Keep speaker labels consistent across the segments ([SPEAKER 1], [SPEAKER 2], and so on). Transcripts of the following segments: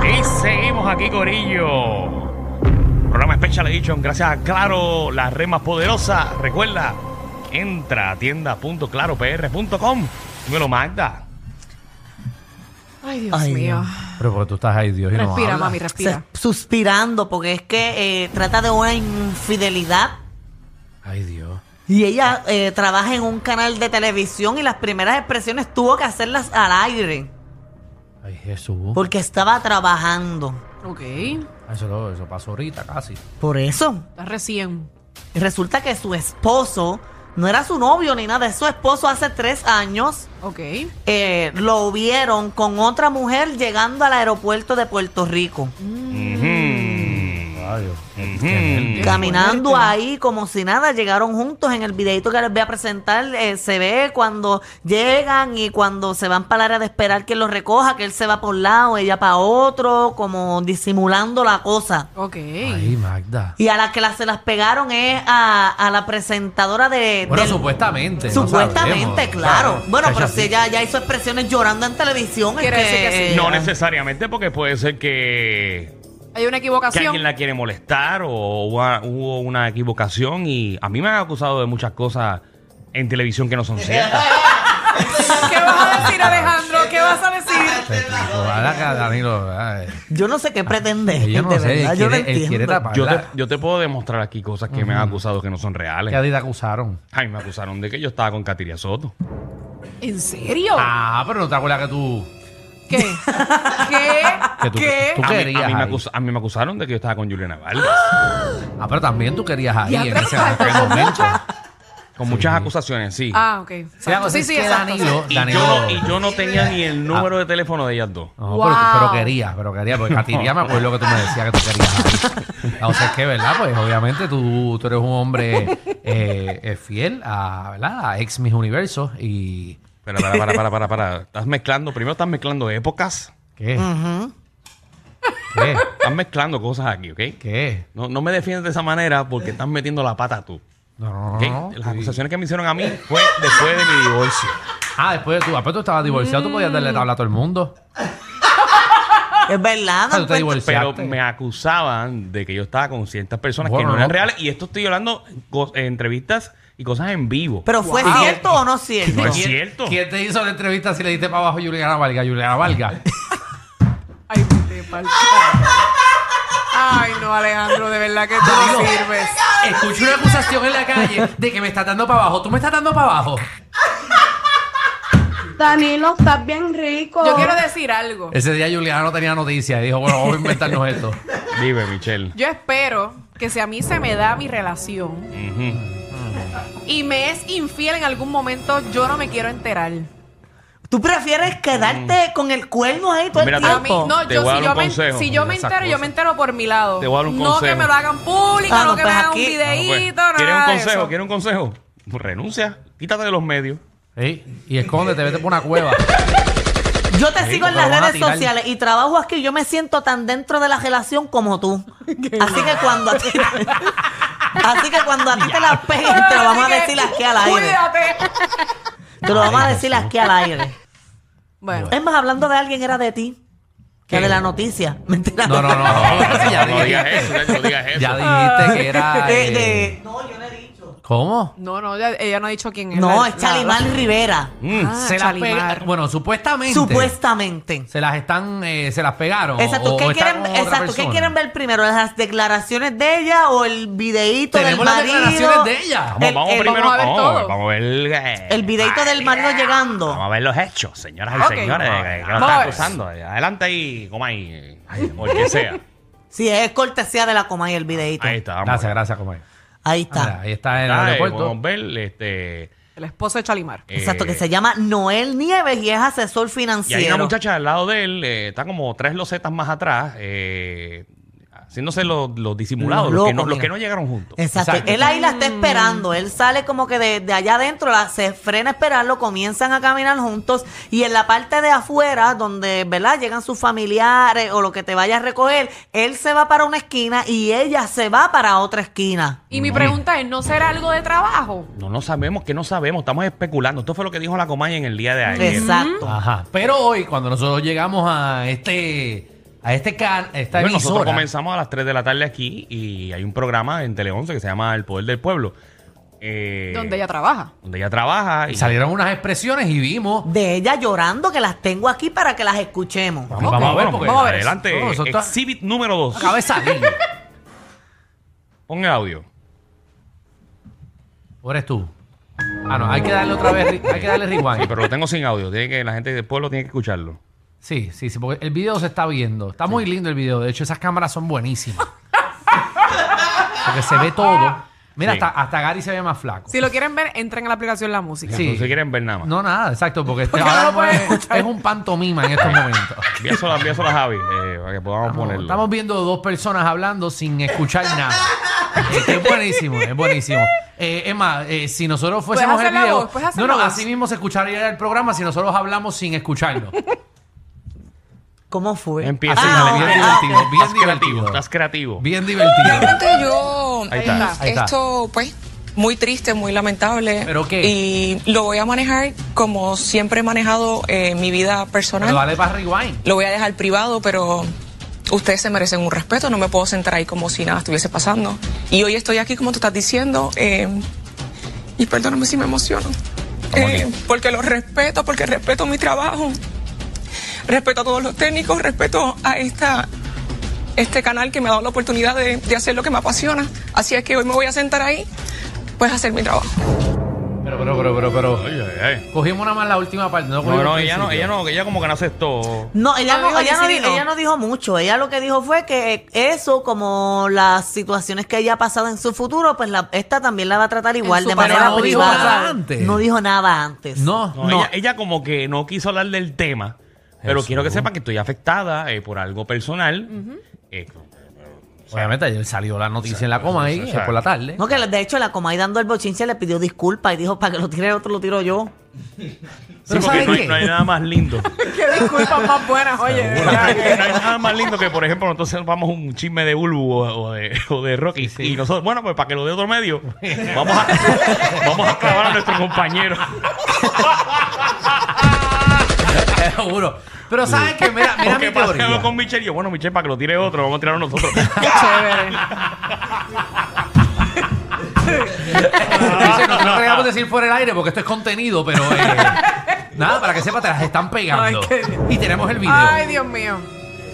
[SPEAKER 1] Y seguimos aquí, Corillo. Programa Special Edition, gracias a Claro, la red más poderosa. Recuerda, entra a tienda.claropr.com. Dímelo, Magda.
[SPEAKER 2] Ay, Dios mío.
[SPEAKER 3] Pero porque tú estás ahí, Dios, y no
[SPEAKER 2] Respira,
[SPEAKER 3] hablas.
[SPEAKER 2] mami, respira.
[SPEAKER 4] Se- suspirando porque es que eh, trata de una infidelidad
[SPEAKER 3] Ay, Dios.
[SPEAKER 4] y ella eh, trabaja en un canal de televisión y las primeras expresiones tuvo que hacerlas al aire
[SPEAKER 3] Ay, Jesús.
[SPEAKER 4] porque estaba trabajando.
[SPEAKER 2] Ok.
[SPEAKER 3] Eso, lo- eso pasó ahorita casi.
[SPEAKER 4] Por eso
[SPEAKER 2] Estás recién.
[SPEAKER 4] resulta que su esposo no era su novio ni nada, es su esposo hace tres años.
[SPEAKER 2] Ok.
[SPEAKER 4] eh, lo vieron con otra mujer llegando al aeropuerto de Puerto Rico,
[SPEAKER 3] Ay, Dios.
[SPEAKER 2] Qué
[SPEAKER 4] caminando
[SPEAKER 2] fuerte.
[SPEAKER 4] ahí como si nada, llegaron juntos en el videito que les voy a presentar, eh, se ve cuando llegan y cuando se van para el área de esperar que los recoja, que él se va por un lado, ella para otro, como disimulando la cosa.
[SPEAKER 2] Ok.
[SPEAKER 3] Ay, Magda.
[SPEAKER 4] Y a las que las- se las pegaron es a, a la presentadora de,
[SPEAKER 3] Bueno,
[SPEAKER 4] del-
[SPEAKER 3] supuestamente. no
[SPEAKER 4] Supuestamente,
[SPEAKER 3] sabemos,
[SPEAKER 4] claro.
[SPEAKER 3] ¿sabes?
[SPEAKER 4] Bueno,
[SPEAKER 3] Chacha,
[SPEAKER 4] pero si
[SPEAKER 3] sí.
[SPEAKER 4] ella ya hizo expresiones llorando en televisión, es
[SPEAKER 2] Quiere decir que sí.
[SPEAKER 1] No necesariamente, porque puede ser que,
[SPEAKER 2] Hay una
[SPEAKER 1] que
[SPEAKER 2] equivocación.
[SPEAKER 1] alguien la quiere molestar o hubo hubo una equivocación. Y a mí me han acusado de muchas cosas en televisión que no son ciertas.
[SPEAKER 2] ¿Qué vas a decir, Alejandro? ¿Qué vas a decir?
[SPEAKER 3] Chacha, ojalá que a Danilo, ay,
[SPEAKER 4] Yo no sé qué pretende.
[SPEAKER 3] Yo no
[SPEAKER 4] de
[SPEAKER 3] sé,
[SPEAKER 4] verdad,
[SPEAKER 3] él
[SPEAKER 4] yo no
[SPEAKER 3] quiere, él
[SPEAKER 4] entiendo.
[SPEAKER 3] quiere taparla.
[SPEAKER 1] Yo te, yo te puedo demostrar aquí cosas que me han acusado que no son
[SPEAKER 3] ¿Qué a
[SPEAKER 1] reales.
[SPEAKER 3] ti te acusaron?
[SPEAKER 1] Ay, me acusaron de que yo estaba con Katiria Soto.
[SPEAKER 2] ¿En serio?
[SPEAKER 3] Ah, pero no te acuerdas que tú...
[SPEAKER 2] ¿Qué? ¿Qué?
[SPEAKER 3] Que tú,
[SPEAKER 2] ¿Qué?
[SPEAKER 3] tú
[SPEAKER 1] A mí, a
[SPEAKER 3] querías
[SPEAKER 1] mí me
[SPEAKER 3] ahí.
[SPEAKER 1] acus- a mí me acusaron de que yo estaba con Juliana Vargas.
[SPEAKER 3] Ah, pero también tú querías ahí
[SPEAKER 2] Ya,
[SPEAKER 3] en
[SPEAKER 2] pero
[SPEAKER 3] ese
[SPEAKER 2] faltó
[SPEAKER 3] aquel
[SPEAKER 2] con
[SPEAKER 3] momento.
[SPEAKER 1] Con muchas acusaciones, sí.
[SPEAKER 2] Ah, ok.
[SPEAKER 3] Sí, la
[SPEAKER 2] Exacto.
[SPEAKER 3] cosa
[SPEAKER 2] Sí,
[SPEAKER 3] es
[SPEAKER 2] sí,
[SPEAKER 3] que
[SPEAKER 2] exacto.
[SPEAKER 3] Danilo...
[SPEAKER 1] y,
[SPEAKER 3] Danilo
[SPEAKER 1] yo, y yo no tenía ni
[SPEAKER 3] Ah.
[SPEAKER 1] el número de teléfono de ellas dos.
[SPEAKER 3] No,
[SPEAKER 2] Wow.
[SPEAKER 3] pero, pero querías, pero querías, porque Katiria me acuerdo que tú me decías que tú querías. o sea, es que, ¿verdad? Pues obviamente tú, tú eres un hombre eh, eh, fiel a, ¿verdad? A ex Mis Universo y...
[SPEAKER 1] Pero para, para, para, para, para. Estás mezclando, primero estás mezclando épocas.
[SPEAKER 3] ¿Qué? ¿Qué?
[SPEAKER 1] Estás mezclando cosas aquí, ¿ok?
[SPEAKER 3] ¿Qué?
[SPEAKER 1] No, no me defiendes de esa manera porque estás metiendo la pata tú.
[SPEAKER 3] No, no, no,
[SPEAKER 1] ¿ok?
[SPEAKER 3] no.
[SPEAKER 1] Las
[SPEAKER 3] Sí.
[SPEAKER 1] acusaciones que me hicieron a mí fue después de mi divorcio.
[SPEAKER 3] Ah, después de tú, después tú estabas divorciado, tú podías darle tabla a todo el mundo.
[SPEAKER 4] Es verdad,
[SPEAKER 3] Ah, tú te
[SPEAKER 4] no encuentro-
[SPEAKER 1] Pero
[SPEAKER 3] divorciaste.
[SPEAKER 1] me acusaban de que yo estaba con ciertas personas
[SPEAKER 3] Bueno,
[SPEAKER 1] que no eran
[SPEAKER 3] no.
[SPEAKER 1] reales. Y esto estoy hablando co- eh, entrevistas y cosas en vivo.
[SPEAKER 4] pero fue cierto o no cierto.
[SPEAKER 1] no es
[SPEAKER 3] ¿Quién-
[SPEAKER 1] cierto.
[SPEAKER 3] ¿Quién te hizo la entrevista si le diste para abajo a Juliana Valga? Juliana Valga.
[SPEAKER 2] Ay, vete pa'l carajo. Ay, no, Alejandro, de verdad que tú no sirves.
[SPEAKER 3] Escucho una acusación en la calle de que me estás dando para abajo. ¿Tú me estás dando para abajo?
[SPEAKER 5] Danilo, estás bien rico.
[SPEAKER 2] Yo quiero decir algo.
[SPEAKER 3] Ese día Juliana no tenía noticia y dijo, bueno, vamos a inventarnos esto.
[SPEAKER 1] Dime, Michelle.
[SPEAKER 2] Yo espero que si a mí se me da mi relación
[SPEAKER 1] Ujú.
[SPEAKER 2] y me es infiel en algún momento, yo no me quiero enterar.
[SPEAKER 4] Tú prefieres quedarte con el cuerno ahí todo
[SPEAKER 1] Mira,
[SPEAKER 4] el
[SPEAKER 2] A mí,
[SPEAKER 4] tiempo.
[SPEAKER 2] no,
[SPEAKER 1] Ah, pues, Te
[SPEAKER 2] yo,
[SPEAKER 1] voy a
[SPEAKER 2] si
[SPEAKER 1] dar
[SPEAKER 2] yo,
[SPEAKER 1] un
[SPEAKER 2] me,
[SPEAKER 1] consejo
[SPEAKER 2] si yo me
[SPEAKER 1] de esas
[SPEAKER 2] entero, yo
[SPEAKER 1] cosas.
[SPEAKER 2] me entero por mi lado.
[SPEAKER 1] Te voy a dar un
[SPEAKER 2] no que
[SPEAKER 1] consejo.
[SPEAKER 2] me lo hagan público,
[SPEAKER 4] Ah,
[SPEAKER 2] no
[SPEAKER 4] no,
[SPEAKER 2] que
[SPEAKER 4] pues
[SPEAKER 2] me hagan
[SPEAKER 4] aquí-
[SPEAKER 2] un
[SPEAKER 1] ¿Quieres
[SPEAKER 2] videíto,
[SPEAKER 1] un
[SPEAKER 2] nada de
[SPEAKER 1] consejo?
[SPEAKER 2] eso.
[SPEAKER 1] ¿Quieres un consejo? Pues Renuncia. Quítate de los medios.
[SPEAKER 3] Sí, Y escóndete, vete por una cueva.
[SPEAKER 4] Yo te
[SPEAKER 3] Sí,
[SPEAKER 4] sigo en las
[SPEAKER 3] porque lo van a
[SPEAKER 4] redes
[SPEAKER 3] tirar.
[SPEAKER 4] sociales y trabajo aquí. Yo me siento tan dentro de la relación como tú. Así que cuando a ti, así que cuando a ti te la peguen, te lo vamos a
[SPEAKER 2] Así que,
[SPEAKER 4] decir aquí al aire.
[SPEAKER 2] Cuídate.
[SPEAKER 4] Te lo vamos a decir aquí al aire.
[SPEAKER 2] Bueno,
[SPEAKER 4] Es más, hablando de alguien era de ti. Que
[SPEAKER 3] ¿Qué?
[SPEAKER 4] de la noticia. Mentira.
[SPEAKER 3] No, no, no. no,
[SPEAKER 1] No
[SPEAKER 3] ya
[SPEAKER 1] digas
[SPEAKER 3] dijiste.
[SPEAKER 1] eso, no digas eso.
[SPEAKER 3] Ya dijiste que era...
[SPEAKER 4] Ah, De-
[SPEAKER 3] eh,
[SPEAKER 4] de-
[SPEAKER 3] ¿Cómo?
[SPEAKER 2] No, no, ella, ella no ha dicho quién es.
[SPEAKER 4] No,
[SPEAKER 2] la-
[SPEAKER 4] es
[SPEAKER 2] la-
[SPEAKER 4] Chalimar Rivera.
[SPEAKER 1] Mm,
[SPEAKER 2] Ah,
[SPEAKER 1] se la
[SPEAKER 2] Chalimar.
[SPEAKER 1] pega-
[SPEAKER 3] Bueno, supuestamente.
[SPEAKER 4] Supuestamente.
[SPEAKER 3] Se las están, eh, se las pegaron.
[SPEAKER 4] Exacto,
[SPEAKER 3] o-
[SPEAKER 4] ¿qué
[SPEAKER 3] o está
[SPEAKER 4] quieren,
[SPEAKER 3] con otra
[SPEAKER 4] exacto, ¿qué
[SPEAKER 3] persona.
[SPEAKER 4] quieren ver primero? ¿Las declaraciones de ella o el videíto del
[SPEAKER 3] Tenemos las
[SPEAKER 4] marido?
[SPEAKER 3] declaraciones de ella.
[SPEAKER 1] Vamos,
[SPEAKER 4] El-
[SPEAKER 1] vamos
[SPEAKER 4] el-
[SPEAKER 1] primero.
[SPEAKER 2] vamos a ver
[SPEAKER 1] vamos,
[SPEAKER 2] todo.
[SPEAKER 1] vamos a ver. eh,
[SPEAKER 4] El videíto del marido llegando.
[SPEAKER 1] Vamos a ver los hechos, señoras y
[SPEAKER 2] Ok.
[SPEAKER 1] señores.
[SPEAKER 2] Vamos a
[SPEAKER 1] Que
[SPEAKER 2] ver.
[SPEAKER 1] que lo están
[SPEAKER 2] Vamos a ver.
[SPEAKER 1] acusando. Eh, Adelante ahí, coma ahí. Ay, o el que sea.
[SPEAKER 4] Sí, es cortesía de la coma y el videíto.
[SPEAKER 1] Ahí está. Vamos.
[SPEAKER 3] Gracias, gracias, comadre.
[SPEAKER 4] Ahí
[SPEAKER 3] Ah, mira,
[SPEAKER 4] está.
[SPEAKER 3] ahí está en el
[SPEAKER 1] Ay,
[SPEAKER 3] aeropuerto.
[SPEAKER 1] Vamos a ver. Este, eh,
[SPEAKER 2] El esposo de Chalimar.
[SPEAKER 4] Exacto, que se llama Noel Nieves y es asesor
[SPEAKER 1] Y hay una
[SPEAKER 4] financiero.
[SPEAKER 1] muchacha al lado de él, eh, está como tres losetas más atrás, eh, haciéndose los los disimulados,
[SPEAKER 4] Los
[SPEAKER 1] los, que no,
[SPEAKER 4] locos,
[SPEAKER 1] los
[SPEAKER 4] mira.
[SPEAKER 1] que no llegaron juntos.
[SPEAKER 4] Exacto.
[SPEAKER 3] Exacto.
[SPEAKER 4] Él ahí la está esperando. Él sale como que de, de allá adentro, la, se frena a esperarlo, comienzan a caminar juntos y en la parte de afuera, donde, ¿verdad? Llegan sus familiares o lo que te vaya a recoger, él se va para una esquina y ella se va para otra esquina.
[SPEAKER 2] Y mi pregunta es, ¿no será algo de trabajo?
[SPEAKER 1] No, no sabemos, que no sabemos, estamos especulando. Esto fue lo que dijo la Comay en el día de ayer.
[SPEAKER 4] Exacto.
[SPEAKER 3] Ajá. Pero hoy, cuando nosotros llegamos a este, a este can, esta
[SPEAKER 1] Bueno, nosotros
[SPEAKER 3] emisora,
[SPEAKER 1] comenzamos a las 3 de la tarde aquí y hay un programa en Tele 11 que se llama El Poder del Pueblo. eh,
[SPEAKER 2] Donde ella trabaja.
[SPEAKER 1] donde ella trabaja. Y,
[SPEAKER 3] salieron unas expresiones y vimos.
[SPEAKER 4] De ella llorando, que las tengo aquí para que las escuchemos.
[SPEAKER 3] Vamos, vamos a ver, porque
[SPEAKER 2] vamos a ver.
[SPEAKER 1] Adelante,
[SPEAKER 3] No, nosotros-
[SPEAKER 1] exhibit número 2.
[SPEAKER 3] acaba de salir.
[SPEAKER 1] Pon el audio.
[SPEAKER 3] ¿O eres tú? Ah, no, hay que darle otra vez, re- hay que darle rewind.
[SPEAKER 1] Sí, pero lo tengo sin audio. Tiene que, la gente del pueblo tiene que escucharlo.
[SPEAKER 3] Sí, sí, sí, porque el video se está viendo. Está muy lindo el video. De hecho, esas cámaras son buenísimas. porque se ve todo. Mira,
[SPEAKER 1] Sí.
[SPEAKER 3] hasta, hasta Gary se ve más flaco.
[SPEAKER 2] Si lo quieren ver, entren a la aplicación La Música.
[SPEAKER 3] Sí.
[SPEAKER 1] No se quieren ver nada más.
[SPEAKER 3] No, nada, exacto, porque, este
[SPEAKER 2] no
[SPEAKER 3] ahora
[SPEAKER 2] lo
[SPEAKER 3] mismo
[SPEAKER 2] puedes
[SPEAKER 3] es- es, un pantomima en estos momentos.
[SPEAKER 1] Envíaselo, envíaselo a Javi eh, para que podamos
[SPEAKER 3] Estamos,
[SPEAKER 1] ponerlo.
[SPEAKER 3] estamos viendo dos personas hablando sin escuchar nada. Eh, que es buenísimo, es buenísimo. Eh, es más, eh, si nosotros
[SPEAKER 2] Puedes
[SPEAKER 3] fuésemos el
[SPEAKER 2] hacer Pues la
[SPEAKER 3] video,
[SPEAKER 2] voz, puedes hacer
[SPEAKER 3] no, no,
[SPEAKER 2] la voz.
[SPEAKER 3] así mismo se escucharía el programa si nosotros hablamos sin escucharlo.
[SPEAKER 4] ¿Cómo fue?
[SPEAKER 1] Empieza.
[SPEAKER 4] Ah,
[SPEAKER 3] Dale, bien
[SPEAKER 4] ok.
[SPEAKER 3] divertido, bien
[SPEAKER 1] Estás creativo,
[SPEAKER 3] divertido.
[SPEAKER 1] estás creativo.
[SPEAKER 3] Bien divertido.
[SPEAKER 6] Realmente yo
[SPEAKER 1] Ahí está.
[SPEAKER 3] Ahí está.
[SPEAKER 6] esto pues muy triste, muy lamentable
[SPEAKER 3] ¿Pero qué?
[SPEAKER 6] y lo voy a manejar como siempre he manejado eh, mi vida personal.
[SPEAKER 3] Pero dale para rewind.
[SPEAKER 6] Lo voy a dejar privado, pero ustedes se merecen un respeto, no me puedo sentar ahí como si nada estuviese pasando. Y hoy estoy aquí como tú estás diciendo eh, y perdóname si me emociono. Eh, porque lo respeto, porque respeto mi trabajo. Respeto a todos los técnicos, respeto a esta este canal que me ha dado la oportunidad de, de hacer lo que me apasiona. Así es que hoy me voy a sentar ahí, pues a hacer mi trabajo.
[SPEAKER 3] Pero, pero, pero, pero, pero.
[SPEAKER 1] Ay, ay, ay.
[SPEAKER 3] Cogimos nada más la última parte.
[SPEAKER 1] eh.
[SPEAKER 3] No,
[SPEAKER 1] No,
[SPEAKER 3] cogimos
[SPEAKER 1] no,
[SPEAKER 3] el
[SPEAKER 1] ella no,
[SPEAKER 3] principio.
[SPEAKER 1] ella no, ella como que no aceptó.
[SPEAKER 4] No, ella
[SPEAKER 2] No
[SPEAKER 4] no,
[SPEAKER 2] dijo
[SPEAKER 4] ella,
[SPEAKER 2] ni
[SPEAKER 4] no
[SPEAKER 2] sí ni
[SPEAKER 4] dijo,
[SPEAKER 2] no.
[SPEAKER 4] ella no dijo mucho. Ella lo que dijo fue que eso, como las situaciones que ella ha pasado en su futuro, pues la, esta también la va a tratar igual
[SPEAKER 2] su
[SPEAKER 4] de
[SPEAKER 2] pasado.
[SPEAKER 4] manera
[SPEAKER 2] Pero
[SPEAKER 3] no dijo
[SPEAKER 4] privada.
[SPEAKER 3] nada antes.
[SPEAKER 4] No dijo nada antes.
[SPEAKER 3] No,
[SPEAKER 1] No, Ella, ella como que no quiso hablar del tema. Pero
[SPEAKER 3] Jesús.
[SPEAKER 1] quiero que sepan que estoy afectada eh, por algo personal. Eh,
[SPEAKER 3] Obviamente ayer salió la noticia en la coma ahí,
[SPEAKER 1] exacto.
[SPEAKER 3] eh, por la tarde.
[SPEAKER 4] No, que de hecho la Comay dando el bochinche le pidió disculpas y dijo, para que lo tire otro, lo tiro yo.
[SPEAKER 1] sí, porque no hay, no hay nada más lindo.
[SPEAKER 2] Qué disculpas más buenas, oye. de
[SPEAKER 1] no
[SPEAKER 2] verdad
[SPEAKER 1] hay
[SPEAKER 2] que-
[SPEAKER 1] nada más lindo que, por ejemplo, entonces vamos a un chisme de Bulbu o, o de, o de Rocky. Y nosotros, bueno, pues para que lo dé otro medio, vamos a, vamos a clavar a nuestro compañero.
[SPEAKER 3] Te lo juro. Pero sabes que, mira, mira mi
[SPEAKER 1] Porque pasa algo
[SPEAKER 3] teoría.
[SPEAKER 1] con Michelle y yo, bueno, Michelle, para que lo tire otro, vamos a tirarlo nosotros.
[SPEAKER 2] Chévere.
[SPEAKER 3] Dice, no, no queríamos decir fuera el aire porque esto es contenido, pero eh, nada, para que sepa, te las están pegando.
[SPEAKER 2] Ay, qué-
[SPEAKER 3] Y tenemos el video.
[SPEAKER 2] Ay, Dios mío.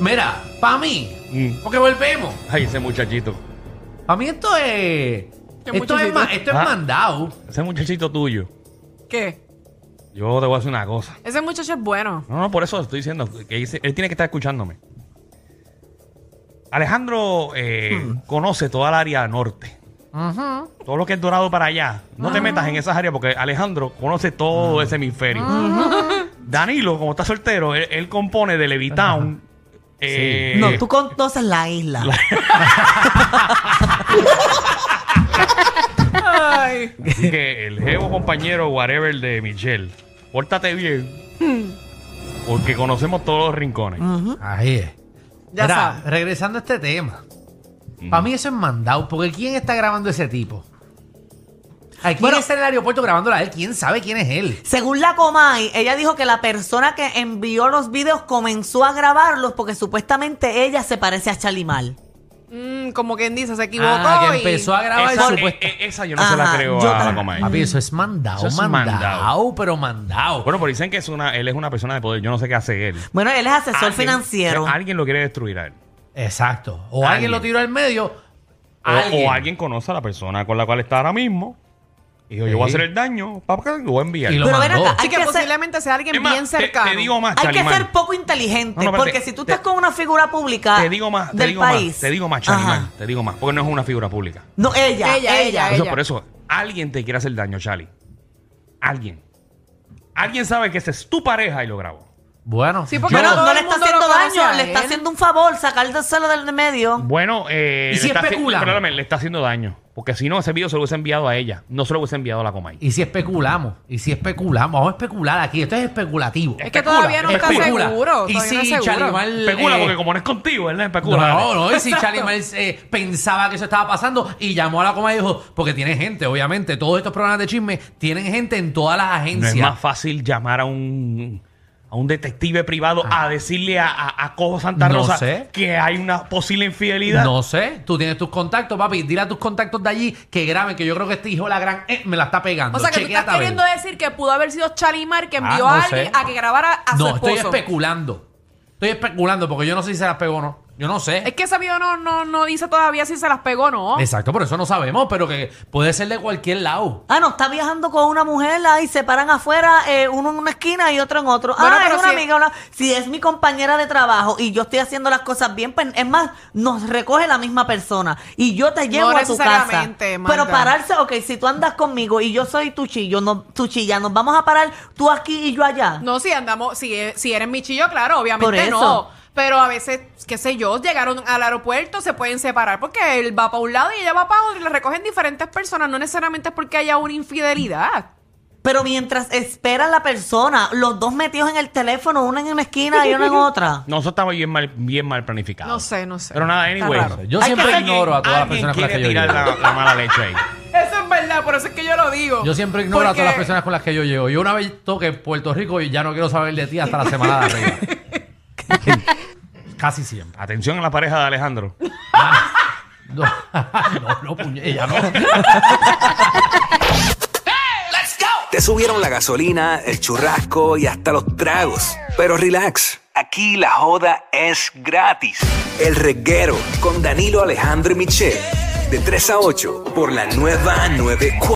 [SPEAKER 3] Mira, para mí,
[SPEAKER 1] Mm.
[SPEAKER 3] porque volvemos.
[SPEAKER 1] Ay, ese muchachito.
[SPEAKER 3] Para mí esto es.
[SPEAKER 2] Qué
[SPEAKER 3] Esto es,
[SPEAKER 2] muchachito.
[SPEAKER 3] ma- esto es
[SPEAKER 1] Ah.
[SPEAKER 3] mandado.
[SPEAKER 1] Ese muchachito tuyo.
[SPEAKER 2] ¿Qué?
[SPEAKER 1] Yo te voy a decir una cosa.
[SPEAKER 2] Ese muchacho es bueno.
[SPEAKER 1] No, no, por eso estoy diciendo que dice- él tiene que estar escuchándome. Alejandro eh,
[SPEAKER 4] Hmm.
[SPEAKER 1] conoce toda el área norte. Todo lo que es dorado para allá. No te metas en esas áreas porque Alejandro conoce todo ese hemisferio. Danilo, como está soltero, él, él compone de Levitown. eh,
[SPEAKER 4] No, tú conoces la isla.
[SPEAKER 2] Ay.
[SPEAKER 1] Así que el jevo compañero, whatever, de Michelle, pórtate bien.
[SPEAKER 4] Hmm.
[SPEAKER 1] Porque conocemos todos los rincones.
[SPEAKER 3] Ahí es.
[SPEAKER 2] Ya
[SPEAKER 3] Mira,
[SPEAKER 2] sabes.
[SPEAKER 3] regresando a este tema.
[SPEAKER 1] Mm.
[SPEAKER 3] Para mí eso es mandado, porque ¿quién está grabando ese tipo? Ay, ¿Quién
[SPEAKER 4] Bueno.
[SPEAKER 3] está en el aeropuerto grabándola a él? ¿Quién sabe quién es él?
[SPEAKER 4] Según la Comay, ella dijo que la persona que envió los videos comenzó a grabarlos porque supuestamente ella se parece a Chalimal.
[SPEAKER 2] Mm, como quien dice, se equivocó.
[SPEAKER 3] Ah, que
[SPEAKER 2] y-
[SPEAKER 3] empezó a grabar
[SPEAKER 1] Esa,
[SPEAKER 3] supuest-
[SPEAKER 1] eh, eh, esa yo no se
[SPEAKER 4] Ajá,
[SPEAKER 1] la creo
[SPEAKER 4] yo
[SPEAKER 1] a la
[SPEAKER 4] también.
[SPEAKER 1] Comay.
[SPEAKER 3] Papi, eso es mandado,
[SPEAKER 1] Eso es
[SPEAKER 3] mandado,
[SPEAKER 1] mandado.
[SPEAKER 3] pero mandado.
[SPEAKER 1] Bueno, pero dicen que es una, él es una persona de poder. Yo no sé qué hace él.
[SPEAKER 4] Bueno, él es asesor
[SPEAKER 1] Alguien- eh,
[SPEAKER 4] financiero.
[SPEAKER 1] Alguien lo quiere destruir a él.
[SPEAKER 3] Exacto. O alguien,
[SPEAKER 1] Alguien.
[SPEAKER 3] lo tiró al medio.
[SPEAKER 1] O o alguien. conoce a la persona con la cual está ahora mismo. Y dijo, yo voy a
[SPEAKER 3] Sí.
[SPEAKER 1] hacer el daño. Para acá lo voy a enviar.
[SPEAKER 3] Y lo
[SPEAKER 4] Pero ven
[SPEAKER 3] mandó.
[SPEAKER 4] acá,
[SPEAKER 2] Así
[SPEAKER 4] hay
[SPEAKER 2] que,
[SPEAKER 4] que ser-
[SPEAKER 2] posiblemente sea alguien
[SPEAKER 1] Es más,
[SPEAKER 2] bien
[SPEAKER 1] te-
[SPEAKER 2] cercano.
[SPEAKER 1] Te, digo más,
[SPEAKER 4] Hay que
[SPEAKER 1] Chalimán.
[SPEAKER 4] ser poco inteligente,
[SPEAKER 1] No, no, espérate.
[SPEAKER 4] porque si tú estás
[SPEAKER 1] Te-
[SPEAKER 4] con una figura pública
[SPEAKER 1] Te digo más, te
[SPEAKER 4] Ah, del
[SPEAKER 1] digo
[SPEAKER 4] país.
[SPEAKER 1] más. Te digo más, Chalimán.
[SPEAKER 4] Ajá.
[SPEAKER 1] Te digo más. Porque no es una figura pública.
[SPEAKER 4] No, ella,
[SPEAKER 2] Ella,
[SPEAKER 4] ella.
[SPEAKER 2] ella,
[SPEAKER 1] Por eso, por eso, alguien te quiere hacer daño, Charlie. Alguien. Alguien sabe que esa es tu pareja y lo grabó.
[SPEAKER 3] Bueno,
[SPEAKER 2] Sí, porque
[SPEAKER 3] yo-
[SPEAKER 4] Pero
[SPEAKER 2] Todo
[SPEAKER 4] no,
[SPEAKER 2] el
[SPEAKER 4] le está
[SPEAKER 2] mundo lo
[SPEAKER 4] haciendo
[SPEAKER 2] conoce a
[SPEAKER 4] daño, le está
[SPEAKER 2] él.
[SPEAKER 4] haciendo un favor, sacárselo del medio.
[SPEAKER 1] Bueno, eh.
[SPEAKER 3] ¿Y
[SPEAKER 1] le
[SPEAKER 3] si
[SPEAKER 1] está haci-
[SPEAKER 3] especulan?
[SPEAKER 1] perdóname, le está haciendo daño. Porque si no, ese video se lo hubiese enviado a ella. No se lo hubiese enviado a la Comay.
[SPEAKER 3] Y si especulamos, y si especulamos, vamos a especular aquí. Esto es especulativo.
[SPEAKER 2] Es que
[SPEAKER 1] Especula,
[SPEAKER 2] todavía no está
[SPEAKER 3] Especula.
[SPEAKER 2] seguro.
[SPEAKER 3] Y
[SPEAKER 2] todavía no es
[SPEAKER 3] si
[SPEAKER 2] seguro.
[SPEAKER 3] Chalimar.
[SPEAKER 1] Especula,
[SPEAKER 3] eh,
[SPEAKER 1] porque como no es contigo, ¿verdad?
[SPEAKER 3] No,
[SPEAKER 1] Especula.
[SPEAKER 3] no, no, y si Chalimar eh, pensaba que eso estaba pasando y llamó a la coma y dijo, porque tiene gente, obviamente, todos estos programas de chisme tienen gente en todas las
[SPEAKER 1] No
[SPEAKER 3] agencias.
[SPEAKER 1] es más fácil llamar a un a un detective privado a decirle a, a, a Cojo Santa
[SPEAKER 3] Ah. No
[SPEAKER 1] Rosa
[SPEAKER 3] sé.
[SPEAKER 1] que hay una posible infidelidad.
[SPEAKER 3] No sé, tú tienes tus contactos, papi. Dile a tus contactos de allí que graben, que yo creo que este hijo de la gran eh, me la está pegando.
[SPEAKER 2] O sea, que tú
[SPEAKER 3] Chequea
[SPEAKER 2] estás
[SPEAKER 3] a ver.
[SPEAKER 2] queriendo decir que pudo haber sido Chalimar que envió
[SPEAKER 3] Ah, no
[SPEAKER 2] a alguien
[SPEAKER 3] sé.
[SPEAKER 2] a que grabara a su
[SPEAKER 3] No,
[SPEAKER 2] esposo.
[SPEAKER 3] estoy especulando. Estoy especulando porque yo no sé si se las pegó o no. Yo no sé.
[SPEAKER 2] Es que ese video no, no, no dice todavía si se las pegó o no.
[SPEAKER 3] Exacto, por eso no sabemos, pero que puede ser de cualquier lado.
[SPEAKER 4] Ah, no, está viajando con una mujer ahí, se paran afuera, eh, uno en una esquina y otro en otro.
[SPEAKER 2] Bueno,
[SPEAKER 4] ah,
[SPEAKER 2] pero
[SPEAKER 4] es una
[SPEAKER 2] si-
[SPEAKER 4] amiga, una- si es mi compañera de trabajo y yo estoy haciendo las cosas bien, pues es más, nos recoge la misma persona y yo te llevo a tu casa.
[SPEAKER 2] necesariamente, Magda.
[SPEAKER 4] Pero pararse, ok, si tú andas conmigo y yo soy tu chillo, no, tu chilla, nos vamos a parar tú aquí y yo allá.
[SPEAKER 2] No, si andamos, si, si eres mi chillo, claro,
[SPEAKER 4] Por
[SPEAKER 2] obviamente
[SPEAKER 4] eso.
[SPEAKER 2] no. Pero a veces, qué sé yo, llegaron al aeropuerto, se pueden separar porque él va para un lado y ella va para otro y le recogen diferentes personas. No necesariamente es porque haya una infidelidad.
[SPEAKER 4] Pero mientras espera la persona, los dos metidos en el teléfono, una en una esquina y una en otra.
[SPEAKER 1] No, eso está bien mal, bien mal planificado.
[SPEAKER 2] No sé, no sé.
[SPEAKER 1] Pero nada,
[SPEAKER 2] Está
[SPEAKER 1] anyway.
[SPEAKER 2] raro.
[SPEAKER 3] Yo
[SPEAKER 4] Hay que
[SPEAKER 3] siempre
[SPEAKER 4] ser-
[SPEAKER 3] ignoro a todas las
[SPEAKER 1] Alguien
[SPEAKER 3] personas con las que
[SPEAKER 1] quiere
[SPEAKER 3] yo
[SPEAKER 1] tirar
[SPEAKER 3] llego.
[SPEAKER 1] la, la mala leche ahí.
[SPEAKER 2] Eso es verdad, por eso es que yo lo digo.
[SPEAKER 3] Yo siempre ignoro a
[SPEAKER 2] Porque-
[SPEAKER 3] todas las personas con las que yo llego. Yo una vez toque Puerto Rico y ya no quiero saber de ti hasta la semana de arriba. Casi siempre.
[SPEAKER 1] Atención a la pareja de Alejandro.
[SPEAKER 3] No, no, no, puñe, ya no.
[SPEAKER 7] Te subieron la gasolina, el churrasco y hasta los tragos. Pero relax, aquí la joda es gratis. El reguero con Danilo Alejandro y Michel, de 3 a 8 por la nueva 94.